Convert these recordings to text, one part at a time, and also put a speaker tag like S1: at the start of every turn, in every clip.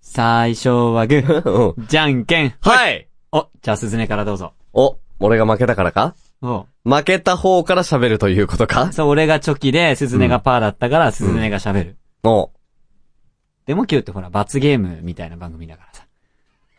S1: 最初はグー、
S2: うん
S1: じゃんけん。
S2: はい
S1: お、じゃあ、すずねからどうぞ。
S2: お、俺が負けたからか
S1: お
S2: 負けた方から喋るということか
S1: そう、俺がチョキで、すずねがパーだったから、すずねが喋る。
S2: お、
S1: でも今日ってほら、罰ゲームみたいな番組だから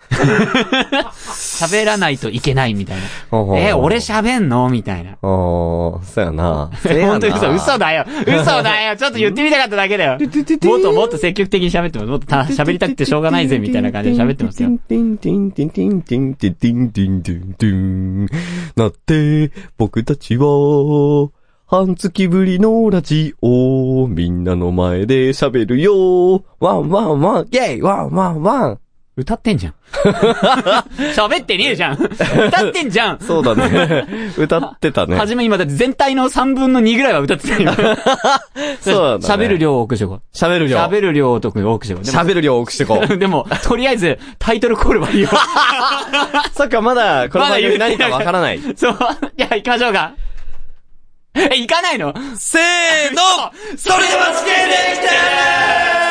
S1: さ。喋らないといけないみたい
S2: ほうほう
S1: な。え、俺喋んのみたいな。
S2: おー、そうやな。
S1: 本当に嘘、嘘
S2: だ。
S1: だよ嘘だよちょっと言ってみたかっただけだ よもっともっと積極的に喋ってます。もっとた喋りたくてしょうがないぜみたいな感じで喋って ますよ。。
S2: ティンティンティンティンティンティンティンティンティンティン。なって、僕たちは、半月ぶりのラジオ、みんなの前で喋るよ。ワンワンワン、イェイワンワンワン。
S1: 歌って んじゃん。喋ってねえじゃん歌ってんじゃん
S2: そう だね。歌ってたね
S1: は。じめにまた全体の3分の2ぐらいは歌って たよ。
S2: そうだね
S1: 喋る量を多くしてこ
S2: 喋る
S1: う。
S2: 量。
S1: 喋る量を多くしてこ う。でも
S2: 喋る量多くしてこう。
S1: でも、とりあえず、タイトルコー ルはいいよ。
S2: そっか、まだ、この
S1: ま
S2: 番組
S1: だ言
S2: 何
S1: ってな
S2: か
S1: い
S2: わからない。
S1: そう。じゃあ行きましょうか。え、行かないの
S2: せーのそれでは地球できた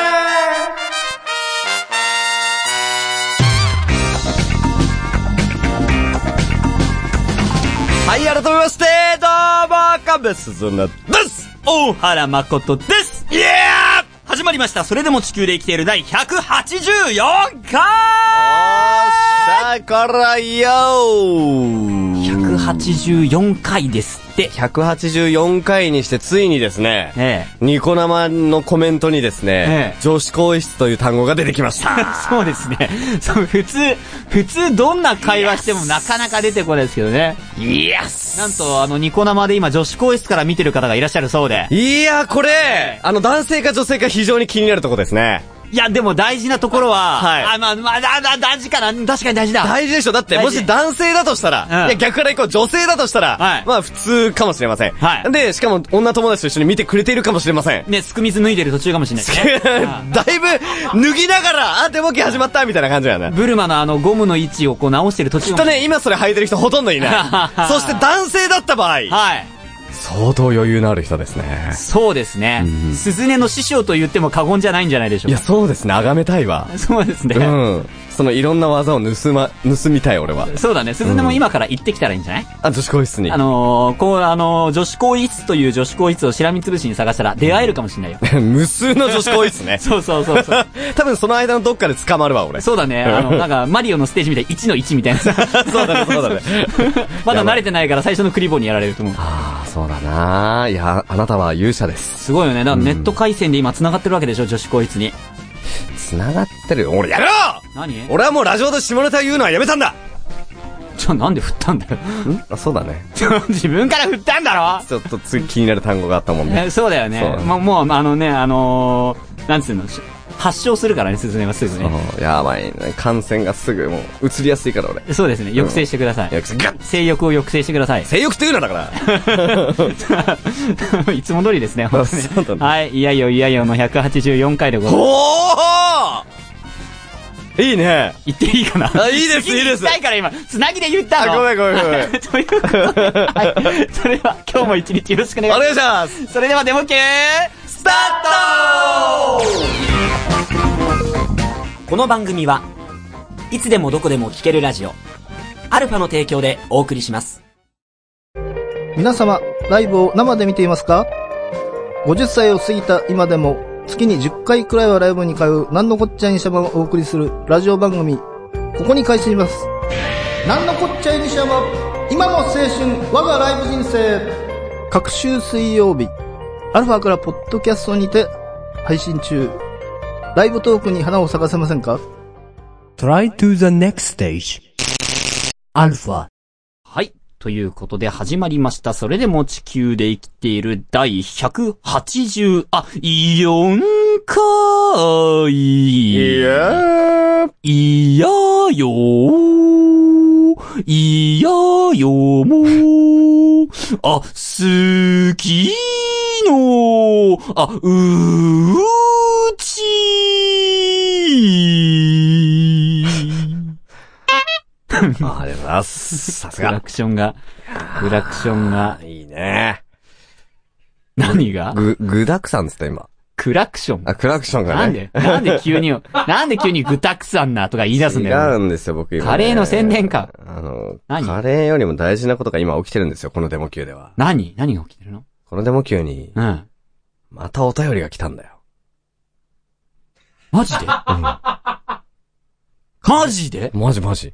S2: はい、改めまして、どうも、神戸鈴音です
S3: 大原誠ですイエー始まりました。それでも地球で生きている第184
S2: お
S3: 回
S2: っしゃ、こらよー
S3: !184 回ですって。
S2: 184回にしてついにですね、
S1: え
S2: ニコ生のコメントにですね、
S1: ええ
S2: 女子更衣室という単語が出てきました。
S1: え。 そうですね。そう、普通、普通どんな会話してもなかなか出てこないですけどね。
S2: イエス
S1: なんと、あの、ニコ生で今女子更衣室から見てる方がいらっしゃるそうで。
S2: いやー、これ、あの、男性か女性か非常に気になるとこですね。
S1: いや、でも大事なところは、
S2: はい
S1: あ、まあ、まあ、だ、だ、大事かな。確かに大事だ。
S2: 大事でしょだって、
S1: 大
S2: も
S1: 事
S2: し男性だとしたら、
S1: うん
S2: いや、逆から行こう、女性だとしたら、
S1: はい
S2: まあ、普通かもしれません。
S1: はい
S2: で、しかも、女友達と一緒に見てくれているかもしれ ません。
S1: ね、すく水脱いでる途中かもしれないですね。
S2: だいぶ、脱ぎながら、あ、手動き始まったみたいな感じだよね。
S1: ブルマのあの、ゴムの位置をこう直してる途中
S2: きっ
S1: かも
S2: とね、今それ履いてる人ほとんど いない。そして男性だった場合、
S1: はい。
S2: 相当余裕のある人ですね。
S1: そうですね。すずねの師匠と言っても過言じゃないんじゃないでしょ
S2: いうや、
S1: か。
S2: そうですね、崇めたいわ。
S1: そうですね。
S2: うん。そのいろんな技を盗ま、盗みたい俺は。
S1: そうだね。すずねも今から行ってきたらいいんじゃない、
S2: あ、女子更衣室に
S1: あ。のー、こう、あのー、女子更衣室という女子更衣室をしらみつぶしに探したら出会えるかもしれないよ。
S2: 無数の女子更衣室ね。
S1: そうそうそうそう。
S2: 多分その間のどっかで捕まる わ、俺。
S1: そうだね。あの、なんか、マリオのステージみたいに1の1みたいな さ。
S2: そう だね、そうだね。
S1: まだ慣れてないから最初のクリボーにやられると思う。
S2: ああ、そうだなーいや、あなたは勇者です。
S1: すごいよね。だからネット回線で今繋がってるわけでしょ、女子更衣室に。
S2: 繋がってるよ。俺やめろ
S1: 何
S2: 俺はもうラジオで下ネタ言うのはやめたんだ
S1: じゃあなんで振ったんだよ。
S2: あ、そうだね。
S1: 自分から振ったんだろ
S2: ちょっと次気になる単語があったもんね。
S1: えそうだよね。
S2: そう
S1: もう、もう、あのね、あのー、なんつうの、し発症するからね、スズネはすぐね。
S2: うんやばいね。感染がすぐもう、移りやすいから俺。
S1: そうですね、抑制してください。
S2: 抑制ガッ
S1: 性欲を抑制してください。
S2: 性欲っていうのだ から。
S1: いつも通りですね、本当
S2: そうだ
S1: に。
S2: ね
S1: はい、いやいよいやいよの184回でございます。
S2: おーいいね。
S1: 言っていいかな
S2: あいいですいいです
S1: 言いから今、つなぎで言ったの。
S2: あ、ごめんごめんごめん。
S1: ということで、はい、それでは今日も一日よろしくお願い
S2: お
S1: しま
S2: 願いします
S1: す。それではデモ級
S2: スタート
S3: この番組はいつでもどこでも聞けるラジオ。アルファの提供でお送りします。
S4: 皆様、ライブを生で見ていますか ?50 歳を過ぎた今でも、月に10回くらいはライブに通う、なんのこっちゃいにしゃばをお送りするラジオ番組、ここに開始します。なんのこっちゃいにしゃば、今の青春、我がライブ人生。各週水曜日、アルファからポッドキャストにて配信中。ライブトークに花を咲かせませんか
S5: Try to the next stage. Alpha.
S1: はい。ということで始まりました。それでも地球で生きている第180、あ、4回。いや
S2: やー
S1: いやよー。いやよもー。あ、好きの、あ、うーち
S2: あありがとうございます。さす
S1: クラ
S2: が。
S1: クションが、クラクションが、
S2: いいね。
S1: 何が
S2: ぐ、具だくさんっつった今。
S1: クラクション。
S2: あ、クラクションがね。
S1: なんで、なんで急に、なんで急に具沢山なとか言い出すんだ
S2: 違
S1: よ。
S2: うんですよ、僕今ね
S1: カレーの宣伝か。
S2: あの、
S1: 何
S2: カレーよりも大事なことが今起きてるんですよ、このデモ級では。
S1: 何何が起きてるの
S2: このデモ級に、
S1: うん。
S2: またお便りが来たんだよ。
S1: マジでマジで
S2: マジマジ。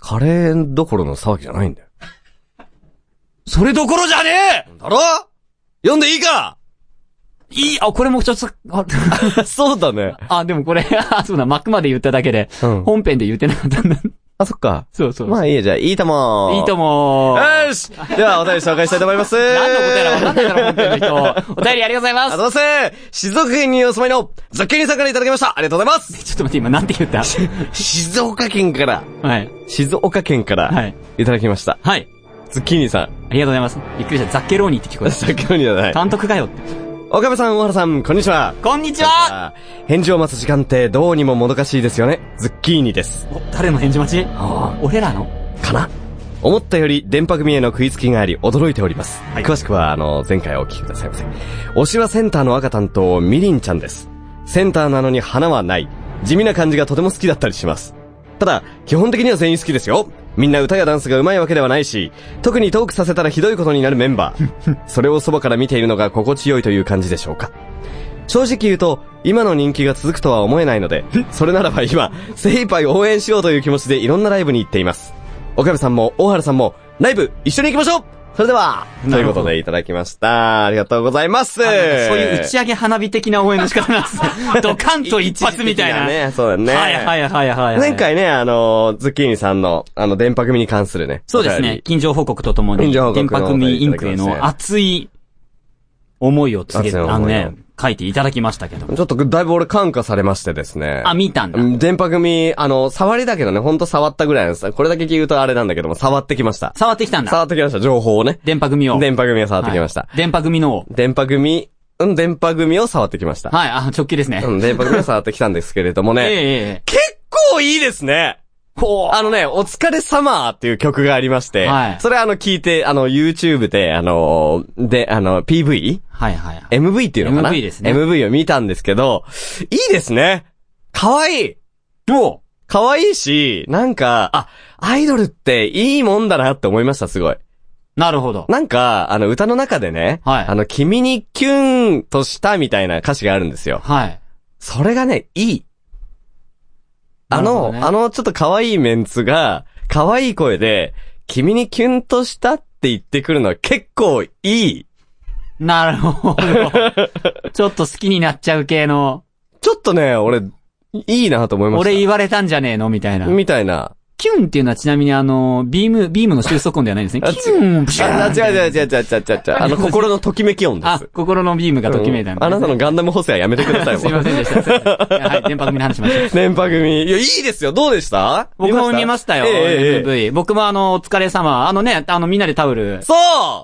S2: カレーどころの騒ぎじゃないんだよ。
S1: それどころじゃねえ
S2: だろ読んでいいか
S1: いい、あ、これもちょっと、あ、
S2: そうだね。
S1: あでもこれ、 あ、そうだ、幕まで言っただけで、
S2: うん。
S1: 本編で言ってなかったんだ。
S2: あ、そっか。
S1: そうそう。
S2: まあいいや、じゃあ、いいとも
S1: いいと
S2: も
S1: も
S2: よしでは、お便り紹介したいと思いま す。
S1: 何のことやらわかんないから、本編の人。お便りありがとうございま
S2: あ
S1: す
S2: りがとうございます。静岡県にお住まいのザッケリンさんからいただきました。ありがとうございます。
S1: ちょっと待って、今なんて言った
S2: 静岡県から、
S1: はい。
S2: 静岡県から、
S1: はいい。、
S2: ただきました。
S1: はい。
S2: ズッキーニさん。
S1: ありがとうございます。びっくりした。ザッケローニって聞こえた。
S2: ザッケーニじゃ ない。
S1: 監督かよって。
S2: 岡部さん、大原さん、こんにちは。
S1: こんにちは
S2: あ返事を待つ時間ってどうにももどかしいですよね。ズッキーニです。
S1: お誰の返事待ち
S2: あ
S1: 俺らの
S2: あ、かな思ったより電波組への食いつきがあり驚いております。詳しくは、あの、前回お聞きくださいませ。推しはセンターの赤担当、みりんちゃんです。センターなのに花はない。地味な感じがとても好きだったりします。ただ、基本的には全員好きですよ。みんな歌やダンスが上手いわけではないし、特にトークさせたらひどいことになるメンバー。 それをそばから見ているのが心地よいという感じでしょうか。正直言うと、今の人気が続くとは思えないので、それならば今、精一杯応援しようという気持ちでいろんなライブに行っています。岡部さんも大原さんも、ライブ一緒に行きましょうそれではということでいただきました。ありがとうございます。そう
S1: あなんかそういう打ち上げ花火的な応援の仕方なんです ね。ドカンと一発みたいな。
S2: ね、そうだね。
S1: はいはいはいはい、はい。
S2: 前回ね、あの、ズッキーニさんの、あの、電波組に関するね。
S1: そうですね。。近所報告とともに、
S2: 近所報告
S1: 電
S2: の
S1: 波組インクへの熱い思いを告げて、
S2: 熱い思いを
S1: あのね、書いていただきましたけど。
S2: ちょっと、だいぶ俺感化されましてですね。
S1: あ、見たんだ。
S2: うん電波組、あの、触りだけどね、ほんと触ったぐらいなんです。これだけ聞くとあれなんだけども、触ってきました。
S1: 触ってきたんだ。
S2: 触ってきました、情報をね。
S1: 電波組を。
S2: 電波組を触ってきました。
S1: はい電波組の、
S2: 電波組、うん、電波組を触ってきました。
S1: はい、あ、直球ですね。
S2: うん、電波組を触ってきたんですけれども
S1: ええ
S2: ね。
S1: ええ。
S2: 結構いいですね
S1: ほう。
S2: あのね、お疲れ様っていう曲がありまして、
S1: はい
S2: それあの聞いて、あの YouTube で、あの、で、あの PV?MV
S1: はいはいはい。
S2: っていうのかな
S1: MV ですね
S2: MV を見たんですけど、いいですね可愛いい
S1: お
S2: 可愛いし、なんか、あ、アイドルっていいもんだなって思いました、すごい。
S1: なるほど。
S2: なんか、あの、歌の中でね、
S1: はい
S2: あの、君にキュンとしたみたいな歌詞があるんですよ。
S1: はい。
S2: それがね、いい。あ
S1: なるほ
S2: の、
S1: どね
S2: あの、ちょっと可愛いメンツが、可愛い声で、君にキュンとしたって言ってくるのは結構いい。
S1: なるほ ど。ちょっと好きになっちゃう系の、
S2: ちょっとね、俺、いいなと思いました。
S1: 俺言われたんじゃねえのみたいな。
S2: みたいな。
S1: キュンっていうのはちなみにあの、ビーム、ビームの収束音ではないんです
S2: あ
S1: ね。キュン、プシャーン。
S2: あ、違う違う違う違う違う違う違う。 あの、心のときめき音で
S1: あ
S2: す。、
S1: 心のビームがときめいたんで
S2: うんあなたのガンダム補正はやめてください、
S1: すいませんでした。すいませんはい、電波組の話し ましょう。
S2: 電波組。いや、いいですよ。どうでした
S1: 僕も見ましたよ、
S2: ええええええ
S1: MV。僕もあの、お疲れ様。あのね、あの、みんなでタオル
S2: そう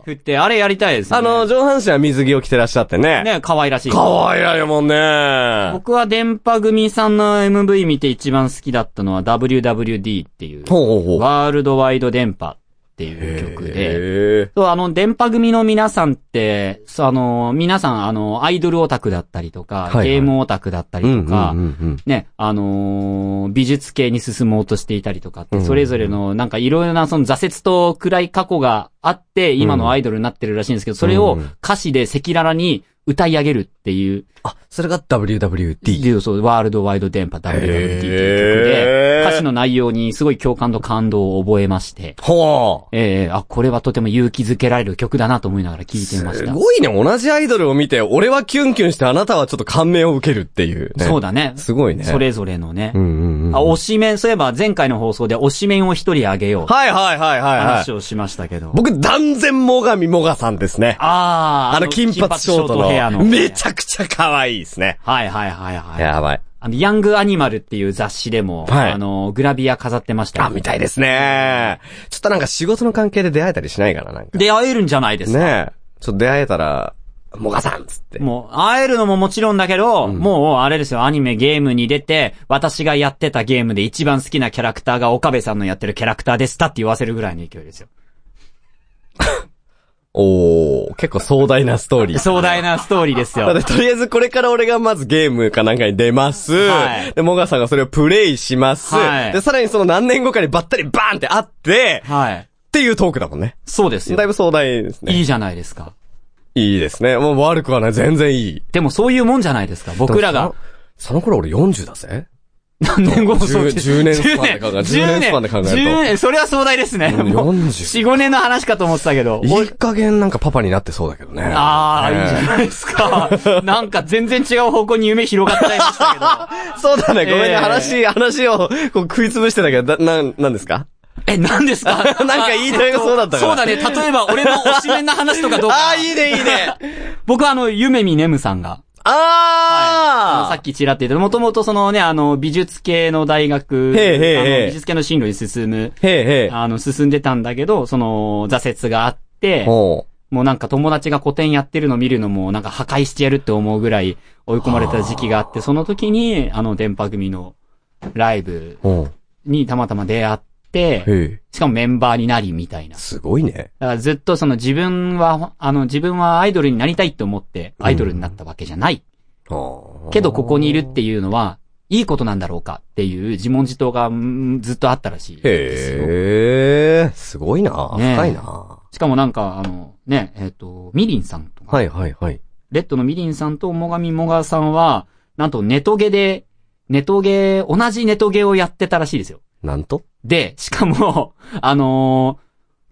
S1: 振って、あれやりたいですね。
S2: あの、、上半身は水着を着てらっしゃってね。
S1: ね、可愛らしい。
S2: かわいらいもんね。
S1: 僕は電波組さんの MV 見て一番好きだったのは WWD っていう、
S2: ほうほうほう。
S1: ワールドワイド電波っていう曲で、
S2: へ
S1: そう、あの、電波組の皆さんって、そうあの、皆さん、あの、アイドルオタクだったりとか、
S2: いはい
S1: ゲームオタクだった
S2: ー。うん
S1: り
S2: う
S1: と
S2: ん
S1: か、
S2: うん
S1: ね、あのー美術系に進もうとしていたりとかって、
S2: うん
S1: それぞれの、なんかいろいろなその挫折と暗い過去があって、今のアイドルになってるらしいんですけど、それを歌詞で赤裸々に歌い上げるっていう、
S2: あ、それが WWD。
S1: でそう、ワールドワイド電波 WWD っていう曲
S2: へ
S1: で、
S2: ー
S1: 歌詞の内容にすごい共感と感動を覚えまして、
S2: ほう。
S1: ええあ、これはとても勇気づけられる曲だなと思いながら聴いていまし
S2: す
S1: た。
S2: ごいね。同じアイドルを見て、俺はキュンキュンして、あなたはちょっと感銘を受けるっていう、ね。
S1: そうだね。
S2: すごいね。
S1: そ。れぞれのね
S2: う。んうんうん。
S1: あ、推しメン、そういえば前回の放送で推しメンを一人あげようって
S2: はいはいはいはいはい
S1: 話。をしましたけど。
S2: 僕、断然もがみもがさんですね。
S1: あー、
S2: あの、金髪ショート
S1: ヘア
S2: の。
S1: の。
S2: めちゃくちゃ可愛いですね。
S1: はいはいはいはい。
S2: やばい。
S1: あの、ヤングアニマルっていう雑誌でも、
S2: はい
S1: あの、グラビア飾ってましたよ
S2: あ、みたいですね。ちょっとなんか仕事の関係で出会えたりしないかな、なんか。
S1: 出会えるんじゃないですか。
S2: ねえ。ちょっと出会えたら、もがさんっつって。
S1: もう、会えるのももちろんだけど、もう、あれですよ、アニメ、ゲームに出て、私がやってたゲームで一番好きなキャラクターが岡部さんのやってるキャラクターでしたって言わせるぐらいの勢いですよ。
S2: おー、結構壮大なストーリー。
S1: 壮大なストーリーです
S2: な
S1: よ
S2: の。で、とりあえずこれから俺がまずゲームかなんかに出ます。
S1: はい
S2: で、モガさんがそれをプレイします。
S1: はい
S2: で、さらにその何年後かにばったりバーンって会って、
S1: はい。
S2: っていうトークだもんね。
S1: そうです
S2: だい
S1: よ。
S2: ぶ壮大ですね。
S1: いいじゃないですか。
S2: いいですね。もう悪くはない。全然いい。
S1: でもそういうもんじゃないですか。僕らが。。
S2: その頃俺40だぜ。
S1: 何年後もそう
S2: 10 10年スパンで考える10
S1: 10
S2: 年スパンで考えると
S1: 10年、それは壮大ですね。
S2: うん
S1: もう
S2: 40
S1: 4、5年の話かと思ってたけど。
S2: いい加減なんかパパになってそうだけどね。
S1: ああ、
S2: ね
S1: いいじゃないですか。なんか全然違う方向に夢広がっちゃいましたけど。
S2: そうだね。ごめんね。
S1: えー
S2: 話、話をこう食い潰してたけど、な、な、なんですか
S1: え、何です か
S2: なんか言いたいがそうだったから
S1: そうだね。例えば俺の推しメンな話とかどうか。
S2: ああ、いいね、いい ね。
S1: 僕はあの、ゆめみねむさんが。あのさ
S2: あ
S1: っきちらって言った、もともとそのね、あの、美術系の大学、
S2: へえへえへえ
S1: あの美術系の進路に進む、
S2: ーへえへえ。
S1: あの、進んでたんだけど、その、挫折があって、
S2: ほ
S1: もうなんか友達が古典やってるの見るのもなんか破壊してやるって思うぐらい追い込まれた時期があって、その時に、あの、電波組のライブ
S2: う。ほ
S1: にたまたま出会っ
S2: う。
S1: て、
S2: へえ。
S1: しかもメンバーになりみたいな。
S2: すごいね。
S1: だからずっとその自分は、あの、自分はアイドルになりたいと思って、アイドルになったわけじゃない。けどここにいるっていうのは、いいことなんだろうかっていう自問自答がうんずっとあったらしいですよ。
S2: へえ、すごいな。
S1: ねえ
S2: 深いな。
S1: しかもなんか、あの、ね、えっ、と、ミリンさんとか、
S2: はいはいはい。
S1: レッドのミリンさんとモガミモガさんは、なんとネトゲで、ネトゲ、同じネトゲをやってたらしいですよ。
S2: なんと
S1: で、しかも、 あのー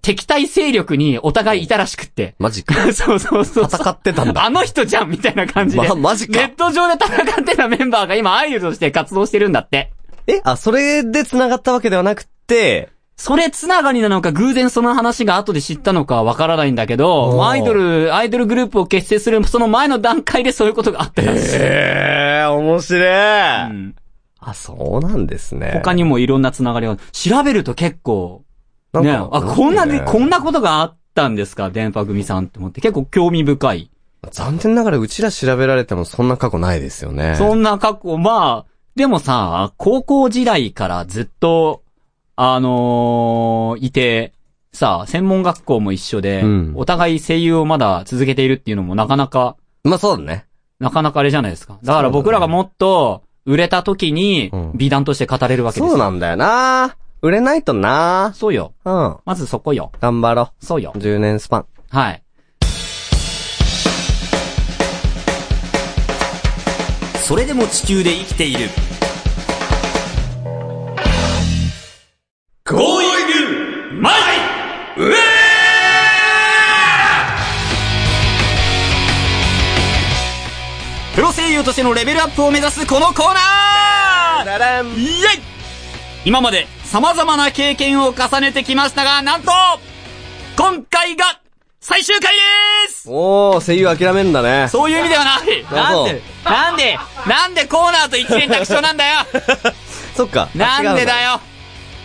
S1: 敵対勢力にお互いいたらしくって。
S2: マ ジか。
S1: そうそうそうそう。
S2: 戦ってたんだ。
S1: あの人じゃんみたいな感じで。
S2: ま、マジ
S1: ネ
S2: か
S1: ッ。ト上で戦ってたメンバーが今アイドルとして活動してるんだって。
S2: え、あ、それで繋がったわけではなくて、
S1: それつながりなのか偶然その話が後で知ったのかわからないんだけ
S2: おー
S1: ど、アイドル、アイドルグループを結成するその前の段階でそういうことがあったらしい。
S2: ええ、面
S1: う
S2: 白い。
S1: ん
S2: あ、そうなんですね。
S1: 他にもいろんなつながりが、調べると結構、
S2: なん
S1: ね、
S2: か
S1: あ、こんなで、
S2: ね
S1: こんなことがあったんですか、電波組さんって思って、結構興味深い。
S2: 残念ながらうちら調べられてもそんな過去ないですよね。
S1: そんな過去、まあ、でもさ、高校時代からずっと、あのーいて、さ、専門学校も一緒で、
S2: うん
S1: お互い声優をまだ続けているっていうのもなかなか、
S2: まあそうだね。
S1: なかなかあれじゃないですか。だか
S2: そうだ
S1: ら
S2: ね
S1: 僕らがもっと、売れた時に
S2: うん、
S1: 美談として語れるわけですよ。
S2: そうなんだよな。売れないとな。
S1: そうよ。
S2: うん。
S1: まずそこよ。
S2: 頑張ろ
S1: そうよ
S2: う。。10年スパン。
S1: はい。
S3: それでも地球で生きている。ゴーイングマイウェープロ声優としてのレベルアップを目指すこのコーナーイエイ今まで様々な経験を重ねてきましたが、なんと今回が最終回です
S2: おー、声優諦めんだね。
S3: そういう意味ではないなんでなんでなんでコーナーと一連択勝なんだよ
S2: そっか。あ
S1: なんでだ。よ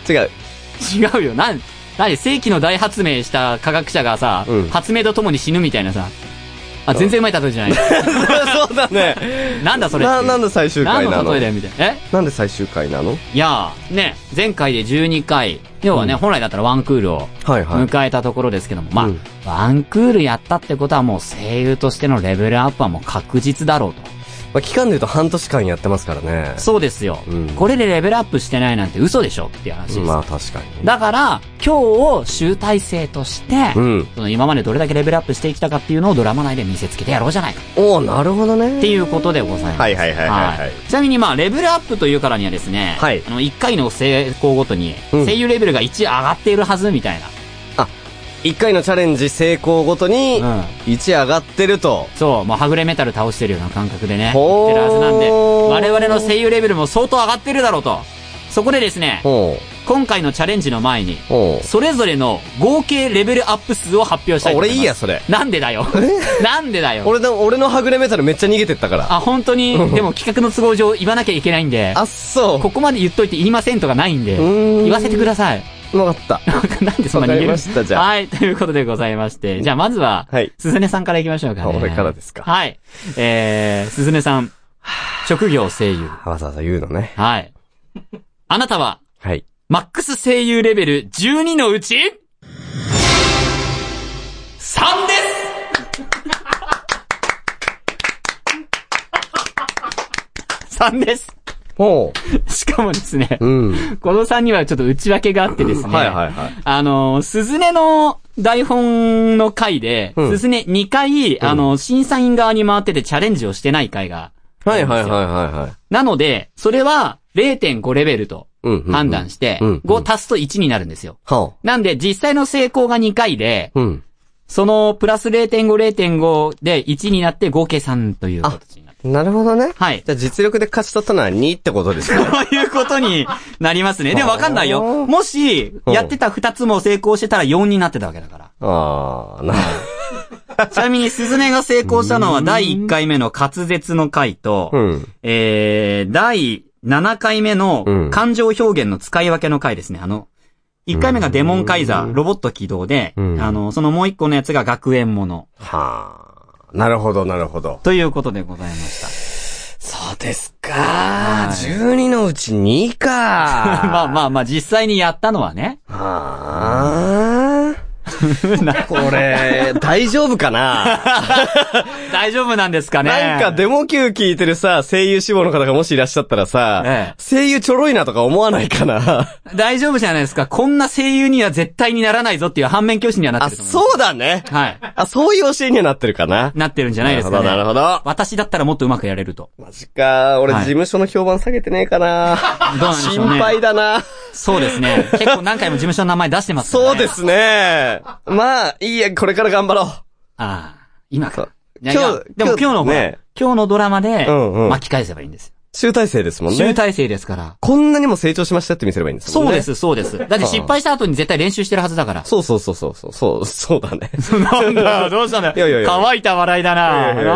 S2: 違うの違
S1: 違
S2: う。
S1: うよ。なん、なんで世紀の大発明した科学者がさ、
S2: うん
S1: 発明とともに死ぬみたいなさ。あ、全然うまい例えじゃない。
S2: そう だね。
S1: なんだそれってい
S2: な、
S1: う。
S2: なんで最終回な
S1: 何の
S2: の
S1: 例えだよ、みたいな。え
S2: なんで最終回なの
S1: いやー、ね、前回で12回、要はね、本来だったらワンクールを
S2: はいはい。
S1: 迎えたところですけども、まあ、
S2: うん
S1: ワンクールやったってことはもう声優としてのレベルアップはもう確実だろうと。
S2: まあ、期間で言うと半年間やってますからね。
S1: そうですよ。
S2: うん
S1: これでレベルアップしてないなんて嘘でしょっていう話です。
S2: まあ確かに。
S1: だから、今日を集大成として、
S2: うん。
S1: その今までどれだけレベルアップしてきたかっていうのをドラマ内で見せつけてやろうじゃないかっ
S2: おー、なるほどね。
S1: ていうことでございます。
S2: はいはいはいはいはい
S1: ちなみにまあ、レベルアップというからにはですね、
S2: はい
S1: あの、1回の成功ごとに、
S2: うん
S1: 声優レベルが1上がっているはずみたい
S2: 一回のチャレンジ成功ごとに、
S1: な。うん。
S2: 1上がってると。
S1: そう、もうはぐれメタル倒してるような感覚でね、言っ
S2: ほー
S1: てるはずなんで、我々の声優レベルも相当上がってるだろうと。そこでですね、
S2: おう
S1: 今回のチャレンジの前に、
S2: おう
S1: それぞれの合計レベルアップ数を発表した
S2: あ、
S1: いと思
S2: 俺
S1: います。
S2: いいや、。それ。
S1: なんでだよ。なんでだよ。
S2: 俺の、俺のはぐれメタルめっちゃ逃げてったから。
S1: あ、本当に、でも企画の都合上言わなきゃいけないんで、
S2: あ、そう。
S1: ここまで言っといて言いませんとかないんで、
S2: うーん
S1: 言わせてください。
S2: わかった。
S1: なんかなんでそんな逃げる
S2: わかりましたじゃあ
S1: はい、ということでございまして。じゃあまずは、
S2: はい
S1: すずねさんから行きましょうか、
S2: あ
S1: ね。
S2: 俺からですか
S1: はい。えー、すずねさん。職業声優。
S2: わざわざ言うのね。
S1: はい。あなたは、
S2: はい。
S1: マックス声優レベル12のうち、3で3です。
S2: ほ
S1: しかもですね
S2: う。、うん。
S1: この3にはちょっと内訳があってですね。
S2: はいはいはい。
S1: あの、すずねの台本の回で、
S2: うん
S1: すずね2回、あの、審査員側に回っててチャレンジをしてない回が。
S2: はいはいはいはいはい。
S1: なので、それは0.5レベルと
S2: うんうんうん。
S1: 判断して、
S2: うんうん
S1: 5足すと1になるんですよ。
S2: は
S1: なんで、実際の成功が2回で、
S2: あ。うん。
S1: そのプラス0.5、0.5で1になって合計3という形になって。
S2: なるほどね。
S1: はい
S2: じ。ゃあ実力で勝ち取ったのは2ってことですね。
S1: ということになりますね。でもわかんないよ。もし、
S2: うん
S1: やってた2つも成功してたら4になってたわけだから。
S2: ああ、なる
S1: ちなみに、スズメが成功したのは第1回目の滑舌の回と、
S2: ほど。うん。
S1: えー、第7回目
S2: うん
S1: の感情表現の使い分けの回ですね。あの、1回目がデモンカイザー、ロボット起動で、
S2: うん
S1: あの、そのもう1個のやつが学園もの、
S2: はあ。なるほどなるほど。
S1: ということでございました。
S2: そうです
S1: は
S2: か
S1: い
S2: 12のうち2 か
S1: まあまあまあ、実際にやったのはね。
S2: はあ。 これ、大丈夫かな
S1: 大丈夫なんです かね。
S2: なんかデモ級聞いてるさ、声優志望の方がもしいらっしゃったらさ、
S1: ええ
S2: 声優ちょろいなとか思わないかな
S1: 大丈夫じゃないですか。こんな声優には絶対にならないぞっていう反面教師にはなっ
S2: あ、
S1: てると思う。
S2: そうだね。
S1: うはい。
S2: あ、そういう教えにはなってるかな。
S1: なってるんじゃないですかね。
S2: なるほど、なるほ
S1: 私だったらもっとうまくやれると。
S2: ど。マジか。俺、
S1: はい
S2: 事務所の評判下げてねえかな。
S1: どうなんでしょ
S2: 心
S1: うね。
S2: 配だな。
S1: そうですね。結構何回も事務所の名前出してますから、ね。
S2: そうで。すね。まあ、いいや、これから頑張ろ
S1: ああ、今
S2: そう
S1: か。いやいや
S2: 今日
S1: でも今日のほら、
S2: ね
S1: 今日のドラマで、
S2: うんうん
S1: 巻き返せばいいんですよ。
S2: う。集大成ですもん
S1: 集
S2: ね。
S1: 大成ですから。
S2: こんなにも成長しましたって見せればいいんですもん
S1: そう
S2: ね。
S1: で。す、そうです。だって失敗した後に絶対練習してるはずだから。
S2: そうそうそうそうそう、そう、そうだ ね。
S1: なんだ、どうしたんだ
S2: いやいやいや
S1: 乾いた笑いだなると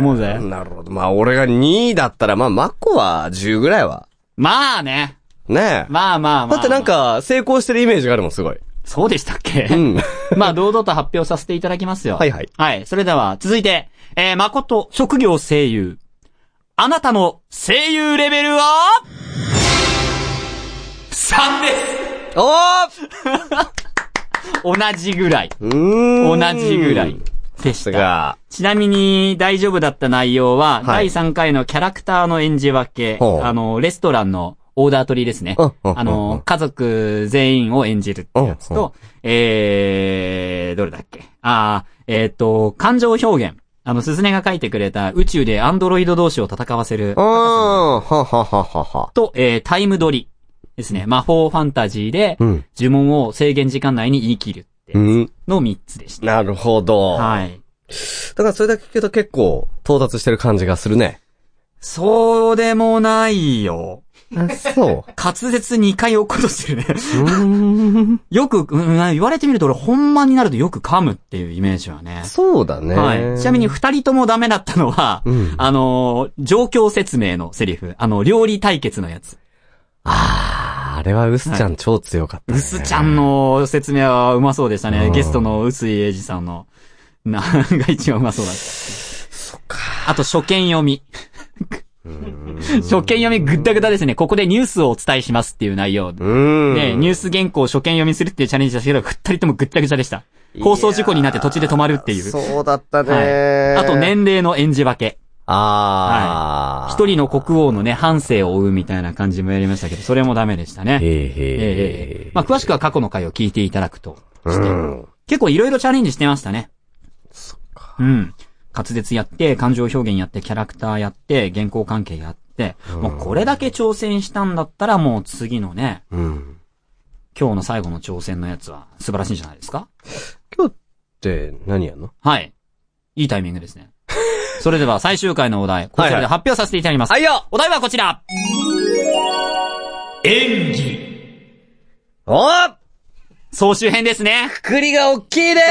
S1: 思うぜ
S2: なるほど。まあ、俺が2位だったら、まあ、マッコは10ぐらいは。
S1: まあね。
S2: ねえ。
S1: まあまあまあ。
S2: だってなん、か、成功してるイメージがあるもん、すごい。
S1: そうでしたっけ
S2: うん。
S1: まあ、堂々と発表させていただきますよ。
S2: はいはい
S1: はい。それでは、続いて、えー、誠、職業声優。あなたの声優レベルは ?3 です
S2: おー
S1: 同じぐらい。
S2: うー
S1: 同
S2: ん
S1: じぐらい。。でし
S2: す
S1: た。
S2: が、
S1: ちなみに、大丈夫だった内容は、
S2: はい
S1: 第3回のキャラクターの演じ分け、
S2: ほう
S1: あの、レストランのオーダー取りですね。
S2: うんうん
S1: あ
S2: うんうん
S1: の、家族全員を演じるってやつ
S2: うんうん
S1: と、えー、どれだっけあー、えっ、と、感情表現。あの、すずねが書いてくれた宇宙でアンドロイド同士を戦わせる
S2: うーん、ははははは。
S1: と、えー、タイム取りですね。魔法ファンタジーで
S2: う、ん。
S1: 呪文を制限時間内に言い切るって
S2: うん。
S1: の3つでした。
S2: なるほど。
S1: はい。
S2: だからそれだけ聞くと結構到達してる感じがするね。
S1: そうでもないよ。
S2: そ
S1: 滑舌2回起こしてるね。
S2: う。うん。
S1: よく、うん、言われてみると俺本番になるとよく噛むっていうイメージはね。
S2: そうだね。
S1: はい。ちなみに二人ともダメだったのは、
S2: うん
S1: あのー、状況説明のセリフ。あの、料理対決のやつ。
S2: あー、あれはウスちゃん超強かった、ね
S1: うすちゃん。の説明はうまそうでした
S2: う
S1: ね。
S2: ん
S1: ゲストのうすいえいじさんの、な、が一番うまそうだった。そっか。あと、初見読み。初見読みぐったぐたですね。ここでニュースをお伝えしますっていう内容で。
S2: うん。
S1: ね、ニュース原稿を初見読みするっていうチャレンジでしたけど、二人ともぐったぐちゃでした。放送事故になって途中で止まるっていう。
S2: そうだったね、
S1: はい。あと。年齢の演じ分け。
S2: あー。
S1: 一人の国王のね、半生を追うみたいな感じもやりましたけど、それもダメでしたね。え
S2: へーへー
S1: えええまあ、詳しくは過去の回を聞いていただくと。
S2: うん。
S1: 結構いろいろチャレンジしてましたね。そっか。うん。滑舌やって、感情表現やって、キャラクターやって、原稿関係やって、もうこれだけ挑戦したんだったら、もう次のね、
S2: うん。
S1: 今日の最後の挑戦のやつは素晴らしいんじゃないですか
S2: 今日って何やんの
S1: はい。いいタイミングですね。 それでは最終回のお題、こちらで発表させていただきます。
S2: いよ
S1: お題はこちら演技
S2: おー
S1: 総集編ですね。
S2: くくりが大きい
S1: そ
S2: ね
S1: うです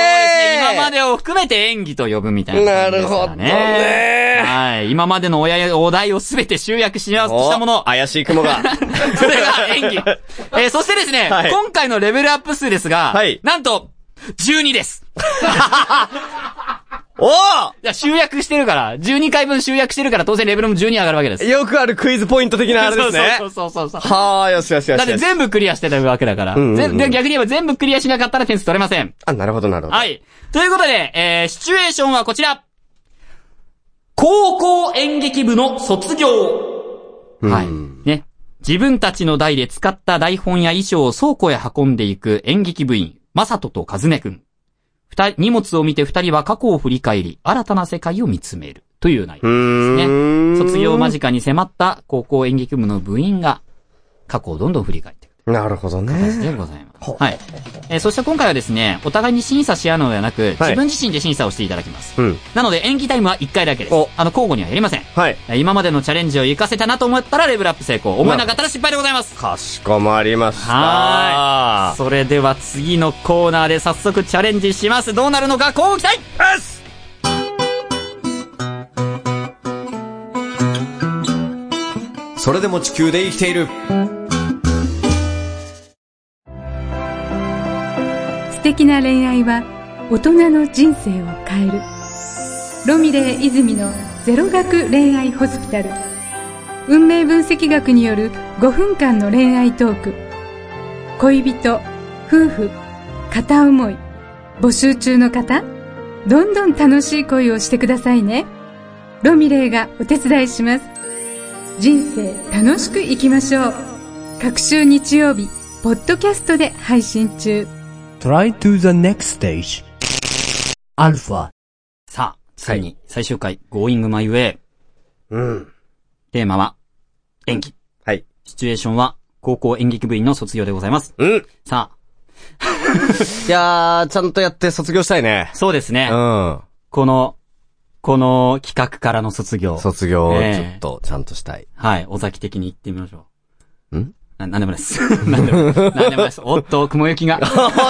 S1: ね。今までを含めて演技と呼ぶみたいな感じですから、ね。
S2: なるほどね
S1: はい。今までのおやお題をすべて集約しようとしたも の。
S2: 怪しい雲が。
S1: それが演 技。えーそしてですね、
S2: はい
S1: 今回のレベルアップ数ですが、
S2: はい
S1: なんと、12です。
S2: おー
S1: いや集約してるから、12回分集約してるから、当然レベルも12上がるわけです。
S2: よくあるクイズポイント的なあれですね。
S1: そうそうそうそうそう。
S2: はー、よしよしよし
S1: だ
S2: よ
S1: っ
S2: して
S1: 全部クリアしてたわけだから。
S2: んうんうん
S1: ぜんで逆に言えば全部クリアしなかったら点数取れません。
S2: あ、なるほど、なるほど。
S1: はい。ということで、えー、シチュエーションはこちら。
S3: 高校演劇部の卒業。
S1: はい
S2: うん。
S1: ね。自分たちの代で使った台本や衣装を倉庫へ運んでいく演劇部員、マサトとカズネ君。二人、荷物を見て二人は過去を振り返り、新たな世界を見つめる。という内容で
S2: う
S1: すね。
S2: ーん
S1: 卒業間近に迫った高校演劇部の部員が、過去をどんどん振り返っていく。
S2: なるほど
S1: 形
S2: ね。
S1: でございます。はい。えーそして今回はですね、お互いに審査し合うのではなく、自分自身で審査をしていただきます。
S2: うん。
S1: なので演技タイムは1回だけです
S2: お。
S1: あの、交互にはやりません。
S2: はい。
S1: えー今までのチャレンジを活かせたなと思ったらレベルアップ成功。思えなかったら失敗でございます。
S2: かしこまりました。
S1: はーい。それでは次のコーナーで早速チャレンジします。どうなるのか、こう期待
S6: それでも地球で生きている
S7: 素敵な恋愛は大人の人生を変えるロミレー泉のゼロ学恋愛ホスピタル運命分析学による5分間の恋愛トーク恋人夫婦片思い募集中の方どんどん楽しい恋をしてくださいねロミレーがお手伝いします人生楽しく生きましょう各週日曜日ポッドキャストで配信中
S5: Try to the next stage. Alpha.
S1: さあ、ついに最終回、Going My Way。
S2: うん。
S1: テーマは、演技。
S2: はい。
S1: シチュエーションは、高校演劇部員の卒業でございます。
S2: うん。
S1: さあ、
S2: いやー、ちゃんとやって卒業したいね。
S1: そうですね。
S2: うん。
S1: この、この企画からの卒業。
S2: 卒業をち
S1: ねえ
S2: ょっと、ちゃんと したい。
S1: はい、尾崎的に言ってみましょう。
S2: ん
S1: な、なんでもないです。 なんでもないです。なんでもないです。おっと、雲行き が。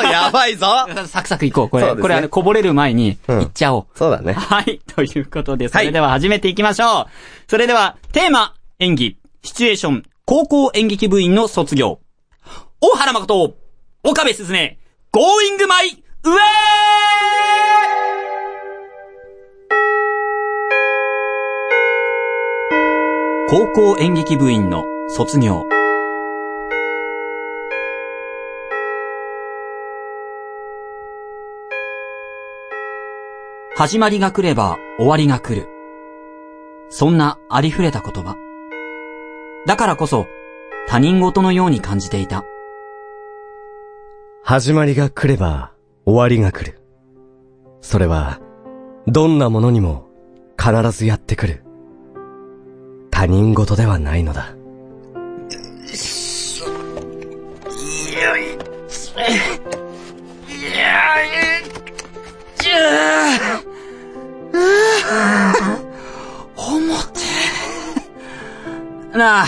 S2: やばいぞ
S1: サクサク行こう。こ
S2: そ
S1: れ、
S2: うですね
S1: これ、あの、こぼれる前に、
S2: うん
S1: 行っちゃおう。
S2: そうだね。
S1: はい。ということで、それでは始めていきましょう。それでは、テーマ、演技、シチュエーション、高校演劇部員の卒業。大原誠、岡部すずね、Going My Way! 高校演劇部員の卒業。始まりが来れば終わりが来る。そんなありふれた言葉。だからこそ他人事のように感じていた。
S2: 始まりが来れば、終わりが来る。それは、どんなものにも、必ずやってくる。他人事ではないのだ。
S1: なあ、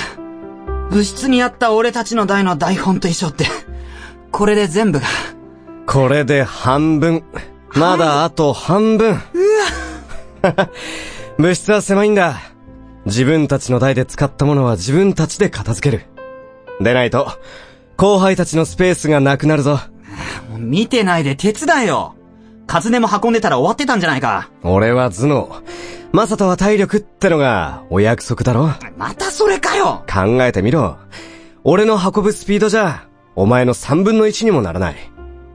S1: 部室にあった俺たちの代の台本と衣装って、これで全部が。
S2: これで半分。まだあと半分。 物質は狭いんだ。自分たちの代で使ったものは自分たちで片付ける。でないと、後輩たちのスペースがなくなるぞ。
S1: もう見てないで手伝えよ。カズネも運んでたら終わってたんじゃないか。
S2: 俺は頭脳。マサトは体力ってのがお約束だろ
S1: またそれかよ
S2: 考えてみろ。俺の運ぶスピードじゃ、お前の三分の一にもならない。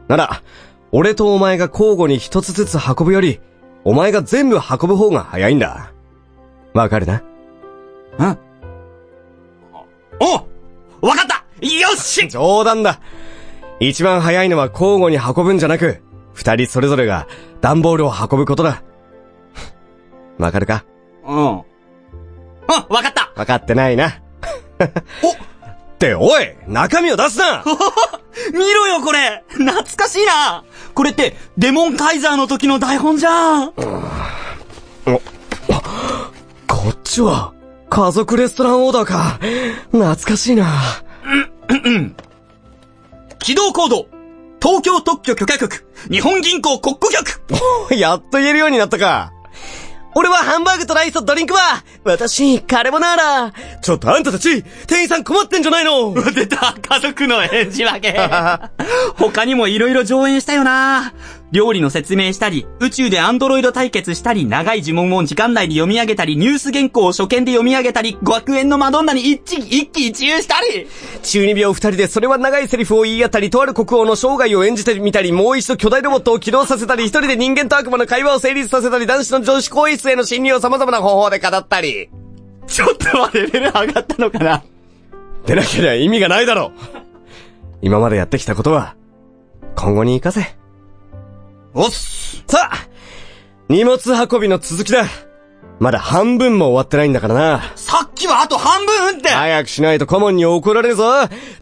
S2: なら、俺とお前が交互に一つずつ運ぶより、お前が全部運ぶ方が早いんだ。わかるな
S1: おわかったよし
S2: 冗談だ一番早いのは交互に運ぶんじゃなく、二人それぞれが段ボールを運ぶことだ。わかるか
S1: うん。うん、わかった
S2: わかってないな。 おって、おい中身を出すな
S1: 見ろよこれ懐かしいなこれって、デモンカイザーの時の台本じゃん
S2: こっちは、家族レストランオーダーか。懐かしいな。
S1: 機動行動東京特許許可局日本銀行国庫局
S2: やっと言えるようになったか。俺はハンバーグとライスとドリンクバー私、カルボナーラちょっとあんたたち、店員さん困ってんじゃないの
S1: 出た家族の返事分け他にも色々上演したよな料理の説明したり、宇宙でアンドロイド対決したり、長い呪文を時間内に読み上げたり、ニュース原稿を初見で読み上げたり、5億円のマドンナに一致一喜一憂したり
S2: 中二病二人でそれは長いセリフを言い合ったり、とある国王の生涯を演じてみたり、もう一度巨大ロボットを起動させたり、一人で人間と悪魔の会話を成立させたり、男子の女子更衣室への侵入を様々な方法で語ったり。
S1: ちょっとはレベル上がったのかな
S2: でなけりゃ意味がないだろ今までやってきたことは、今後に活かせ。
S1: おっす
S2: さあ荷物運びの続きだまだ半分も終わってないんだからな。
S1: さっきはあと半分って
S2: 早くしないと顧問に怒られるぞ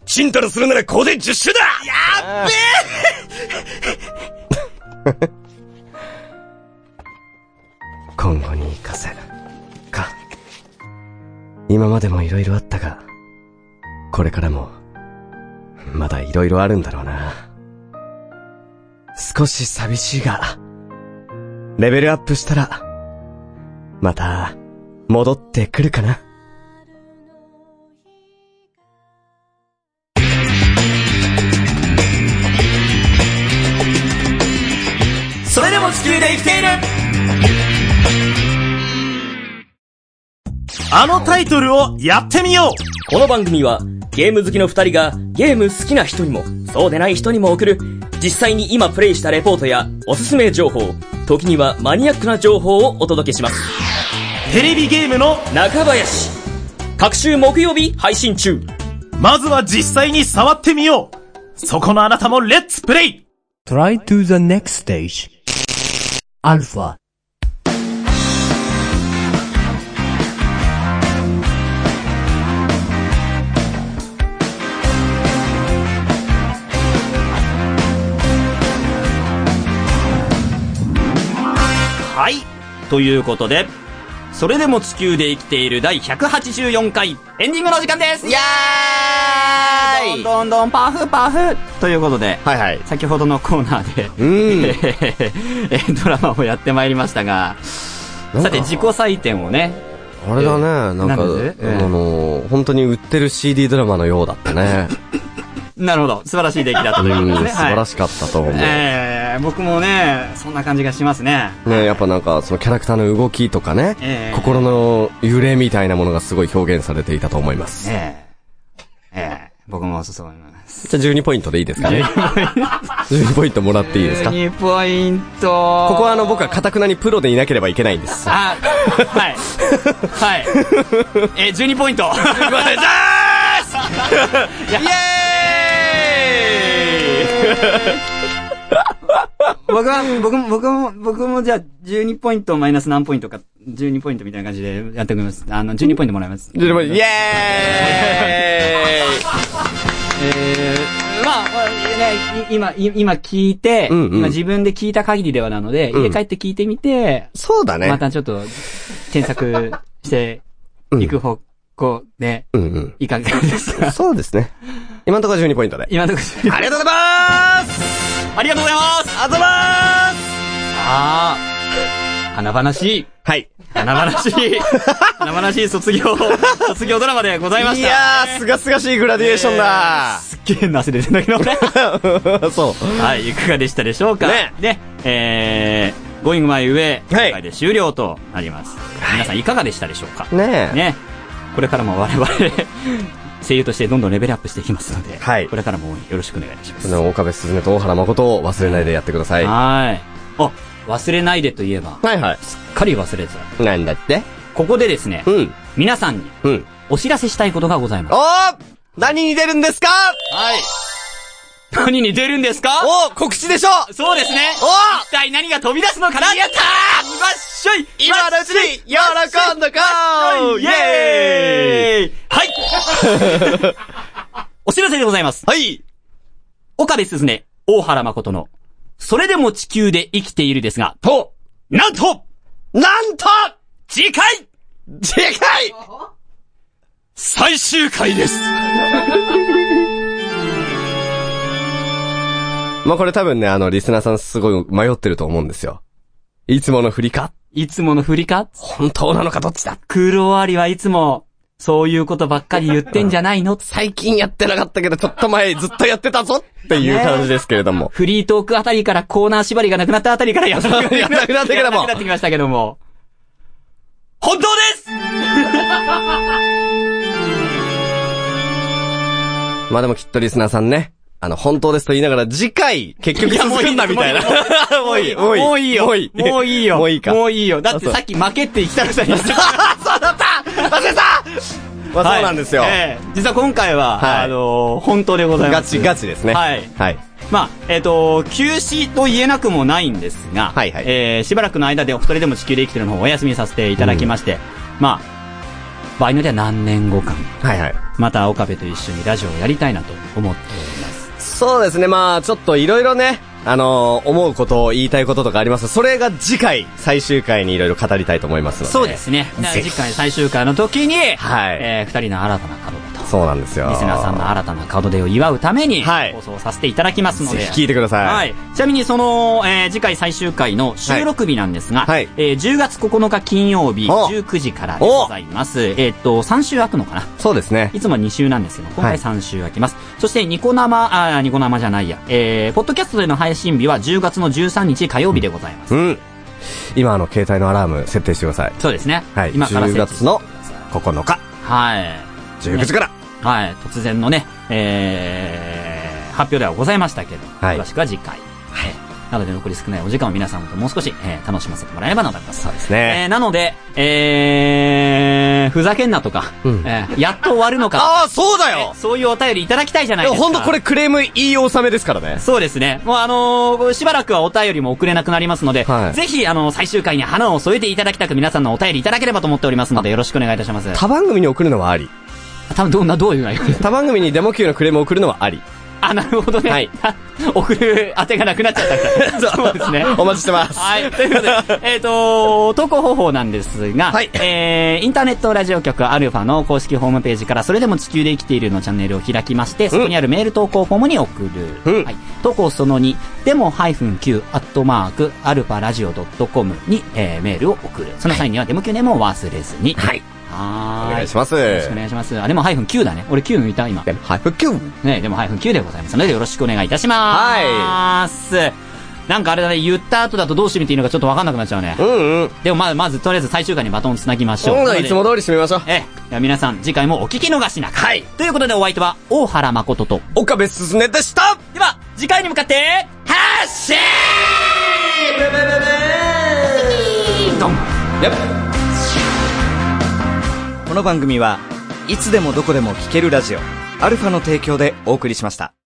S2: チンタラするならここで10周だ
S1: やっ
S2: べえ今後に活かせ。か。今までも色々あったが、これからも、まだ色々あるんだろうな。少し寂しいが、レベルアップしたら、また、戻ってくるかな。
S1: それでも地球で生きている
S8: あのタイトルをやってみようこの番組は、ゲーム好きの二人がゲーム好きな人にも、そうでない人にも送る、実際に今プレイしたレポートやおすすめ情報、時にはマニアックな情報をお届けします。テレビゲームの中林。各週木曜日配信中。まずは実際に触ってみようそこのあなたもレッツプレイ
S5: !Try to the next stage. アルファ
S1: はい。ということで、それでも地球で生きている第184回、エンディングの時間です
S9: イや
S1: ーいどんどんパフパフということで、
S9: はいはい。
S1: 先ほどのコーナーで、うん、 えー、ドラマをやってまいりましたが、さて自己採点をね、
S10: あれだね、なんか、んえー、あの、本当に売ってる CD ドラマのようだったね。
S1: なるほど。素晴らしい出来だったという ことですね。
S10: 素晴らしかったと思う。はい、
S1: ええー、僕もね、そんな感じがしますね。
S10: ねやっぱなんか、そのキャラクターの動きとかね、えー、心の揺れみたいなものがすごい表現されていたと思います。
S1: ええー、ええー、僕もそう思います。
S10: じゃあ12ポイントでいいですかね。12ポイントもらっていいですか
S1: ?12 ポイント。こ
S10: こはあの僕はかたくなにプロでいなければいけないんです。
S1: あ、はい。はい。えー、12ポイント。12ポイントですイエーイ僕は、僕も、僕も、僕もじゃあ、12ポイントマイナス何ポイントか、12ポイントみたいな感じでやっておきます。あの、12ポイントもらいます。
S10: 12ポイント。イェーイ
S1: えー、まあ、ね、今、今聞いて、うんうん、今自分で聞いた限りではなので、うん、家帰って聞いてみて、
S10: そうだね。
S1: またちょっと、検索していく方向で、うんうん、いい感じですか。
S10: そうですね。今のところ12ポイントで。
S1: 今のとこ
S2: ろありがとうございます
S1: ありがとうございます
S2: あざまーす
S1: さあ、花話。
S2: はい。
S1: 花話。花話卒業、卒業ドラマでございました。い
S2: やー、すがすがしいグラディエーションだ、
S1: えー、すっげえなせてんだけど ね。。
S10: そう
S1: はい、いかがでしたでしょうかね。ね、えー、Going My Way、今回で終了となります。はい、皆さんいかがでしたでしょうか
S10: ね
S1: ねこれからも我々声優としてどんどんレベルアップしていきますので、
S10: はい、
S1: これからもよろしくお願いします。
S10: 岡部すずめと大原誠を忘れないでやってください。
S1: はい。あ、忘れないでといえば、
S10: はいはい。
S1: すっかり忘れず。
S10: なんだって
S1: ここでですね、
S10: うん、
S1: 皆さんに、
S10: うん、
S1: お知らせしたいことがございます。
S2: おー何に出るんですか
S1: はい。何に出るんですか
S2: お告知でしょ
S1: そうですね
S2: お
S1: 一体何が飛び出すのかな
S2: やった
S1: ーいまっしょい
S2: 今のうちに喜んどこうイ
S1: ェーイはい お知らせでございます。
S2: はい。
S1: 岡部すずね、大原誠の、それでも地球で生きているですが、と、なんと
S2: なんと
S1: 次回
S2: 次回
S8: 最終回です
S10: まあ、これ多分ね、あの、リスナーさんすごい迷ってると思うんですよ。いつもの振りか
S1: いつもの振りか
S2: 本当なのかどっちだ
S1: クール終わりはいつも、そういうことばっかり言ってんじゃないの
S2: 最近やってなかったけど、ちょっと前ずっとやってたぞっていう感じですけれども。
S1: フリートークあたりからコーナー縛りがなくなったあたりからやった。
S2: やんなくなってけども
S1: やんなくなってきましたけども。
S11: 本当です
S2: まあでもきっとリスナーさんね、あの、本当ですと言いながら次回、結局続くんだみたいな。 もういい、もういい。
S1: もういいよ。
S2: もういい。
S1: もういいよ。
S2: もういいか。
S1: もういいよ。だって
S2: あそう
S1: さっき負けって言った らさ、言ってた
S2: まあそうなんですよ。
S1: ええ実は今回は、
S2: はい
S1: あのー本当でござい
S2: ガ
S1: ます。
S2: チガチですね。
S1: はい
S2: はい。
S1: まあ、えっ、と、休止と言えなくもないんですが、
S2: はいはい
S1: えーしばらくの間でお二人でも地球で生きてるの方をお休みさせていただきまして、まあ、場合によっては何年後か、
S2: はいはい。
S1: また岡部と一緒にラジオをやりたいなと思っております。
S2: そうですね、まあちょっといろいろね、あのー思うことを言いたいこととかあります。それが次回、最終回にいろいろ語りたいと思いますので。
S1: そうで。すね。だから
S2: ぜひ
S1: 次回最終回の時に、
S2: はい
S1: えー二人の新たな門出と、
S2: そうなんですよ。
S1: リスナーさんの新たな門出を祝うために、
S2: はい
S1: 放送させていただきますので、
S2: ぜひ聞いてください。
S1: はい。ちなみにその、えー次回最終回の収録日なんですが、
S2: はいはい
S1: えー10月9日金曜日
S2: お
S1: 19時からでございます。えーっと、3週空くのかな
S2: そうですね。
S1: いつもは2週なんですけど、今
S2: は
S1: 回
S2: い
S1: 3週空きます。そして、ニコ生、あーニコ生じゃないや、えー、ポッドキャストでの配信日は10月の13日火曜日でございます。
S2: うん。今あの、携帯のアラーム設定してください。
S1: そうですね。
S2: はい。
S1: 今から
S2: 10
S1: 設置
S2: 月の9日、
S1: はい。
S2: 19時から。
S1: はい。突然のね、えー、発表ではございましたけど、
S2: はい
S1: 詳しくは次回。はい。なので残り少ないお時間を皆さんともう少し、えー楽しませてもらえればなと思います。そうです
S2: ね
S1: えーなので、えー、ふざけんなとか、
S2: うん
S1: えーやっと終わるのか、
S2: ああ、そうだよ
S1: えそういうお便りいただきたいじゃないですか。
S2: ほんとこれ。クレーム言い納めですからね。
S1: そうですね。もうあのーしばらくはお便りも送れなくなりますので、
S2: はい
S1: ぜひ、あのー最終回に花を添えていただきたく皆さんのお便りいただければと思っておりますので、よろしくお願いいたします。
S2: 他番組に送るのはあり。
S1: 多分どんな、どういう内容
S2: 他番組にデモ級のクレームを送るのはあり。
S1: あ、なるほどね。
S2: はい
S1: あ。 送る当てがなくなっちゃったか ら。そうですね。
S2: お待ちしてます。
S1: はい。ということで、 えっ、と、投稿方法なんですが、
S2: はい
S1: えー、インターネットラジオ局アルファの公式ホームページから、それでも地球で生きているのチャンネルを開きまして、そこにあるメール投稿フォームに送る。
S2: うん
S1: はい。投稿その2、でも -q アットマークアルファラジオ .com に、えー、メールを送る。その際にはデモ級ネームを忘れずに。
S2: はい。
S1: はー
S2: お
S1: い。
S2: 願いします。
S1: よろしくお願いします。あ、でも -q だね。俺 q 抜いた今。
S2: はい、復旧
S1: ね、でも配分9でございますので、よろしくお願いいたします。はい。なんかあれだね、言った後だとどうしてみていいのかちょっとわかんなくなっちゃうね
S2: う。んうん。
S1: でもまあ、まずとりあえず最終回にバトンつなぎましょう。
S2: 今度
S1: な
S2: は
S1: の
S2: い
S1: で
S2: つも通り締めましょう。
S1: ええ、では皆さん次回もお聞き逃しなく。はい。ということでお相手は、大原誠と。
S2: 岡部すすねでした
S1: では、次回に向かって、発進
S12: この番組はいつでもどこでも聴けるラジオアルファの提供でお送りしました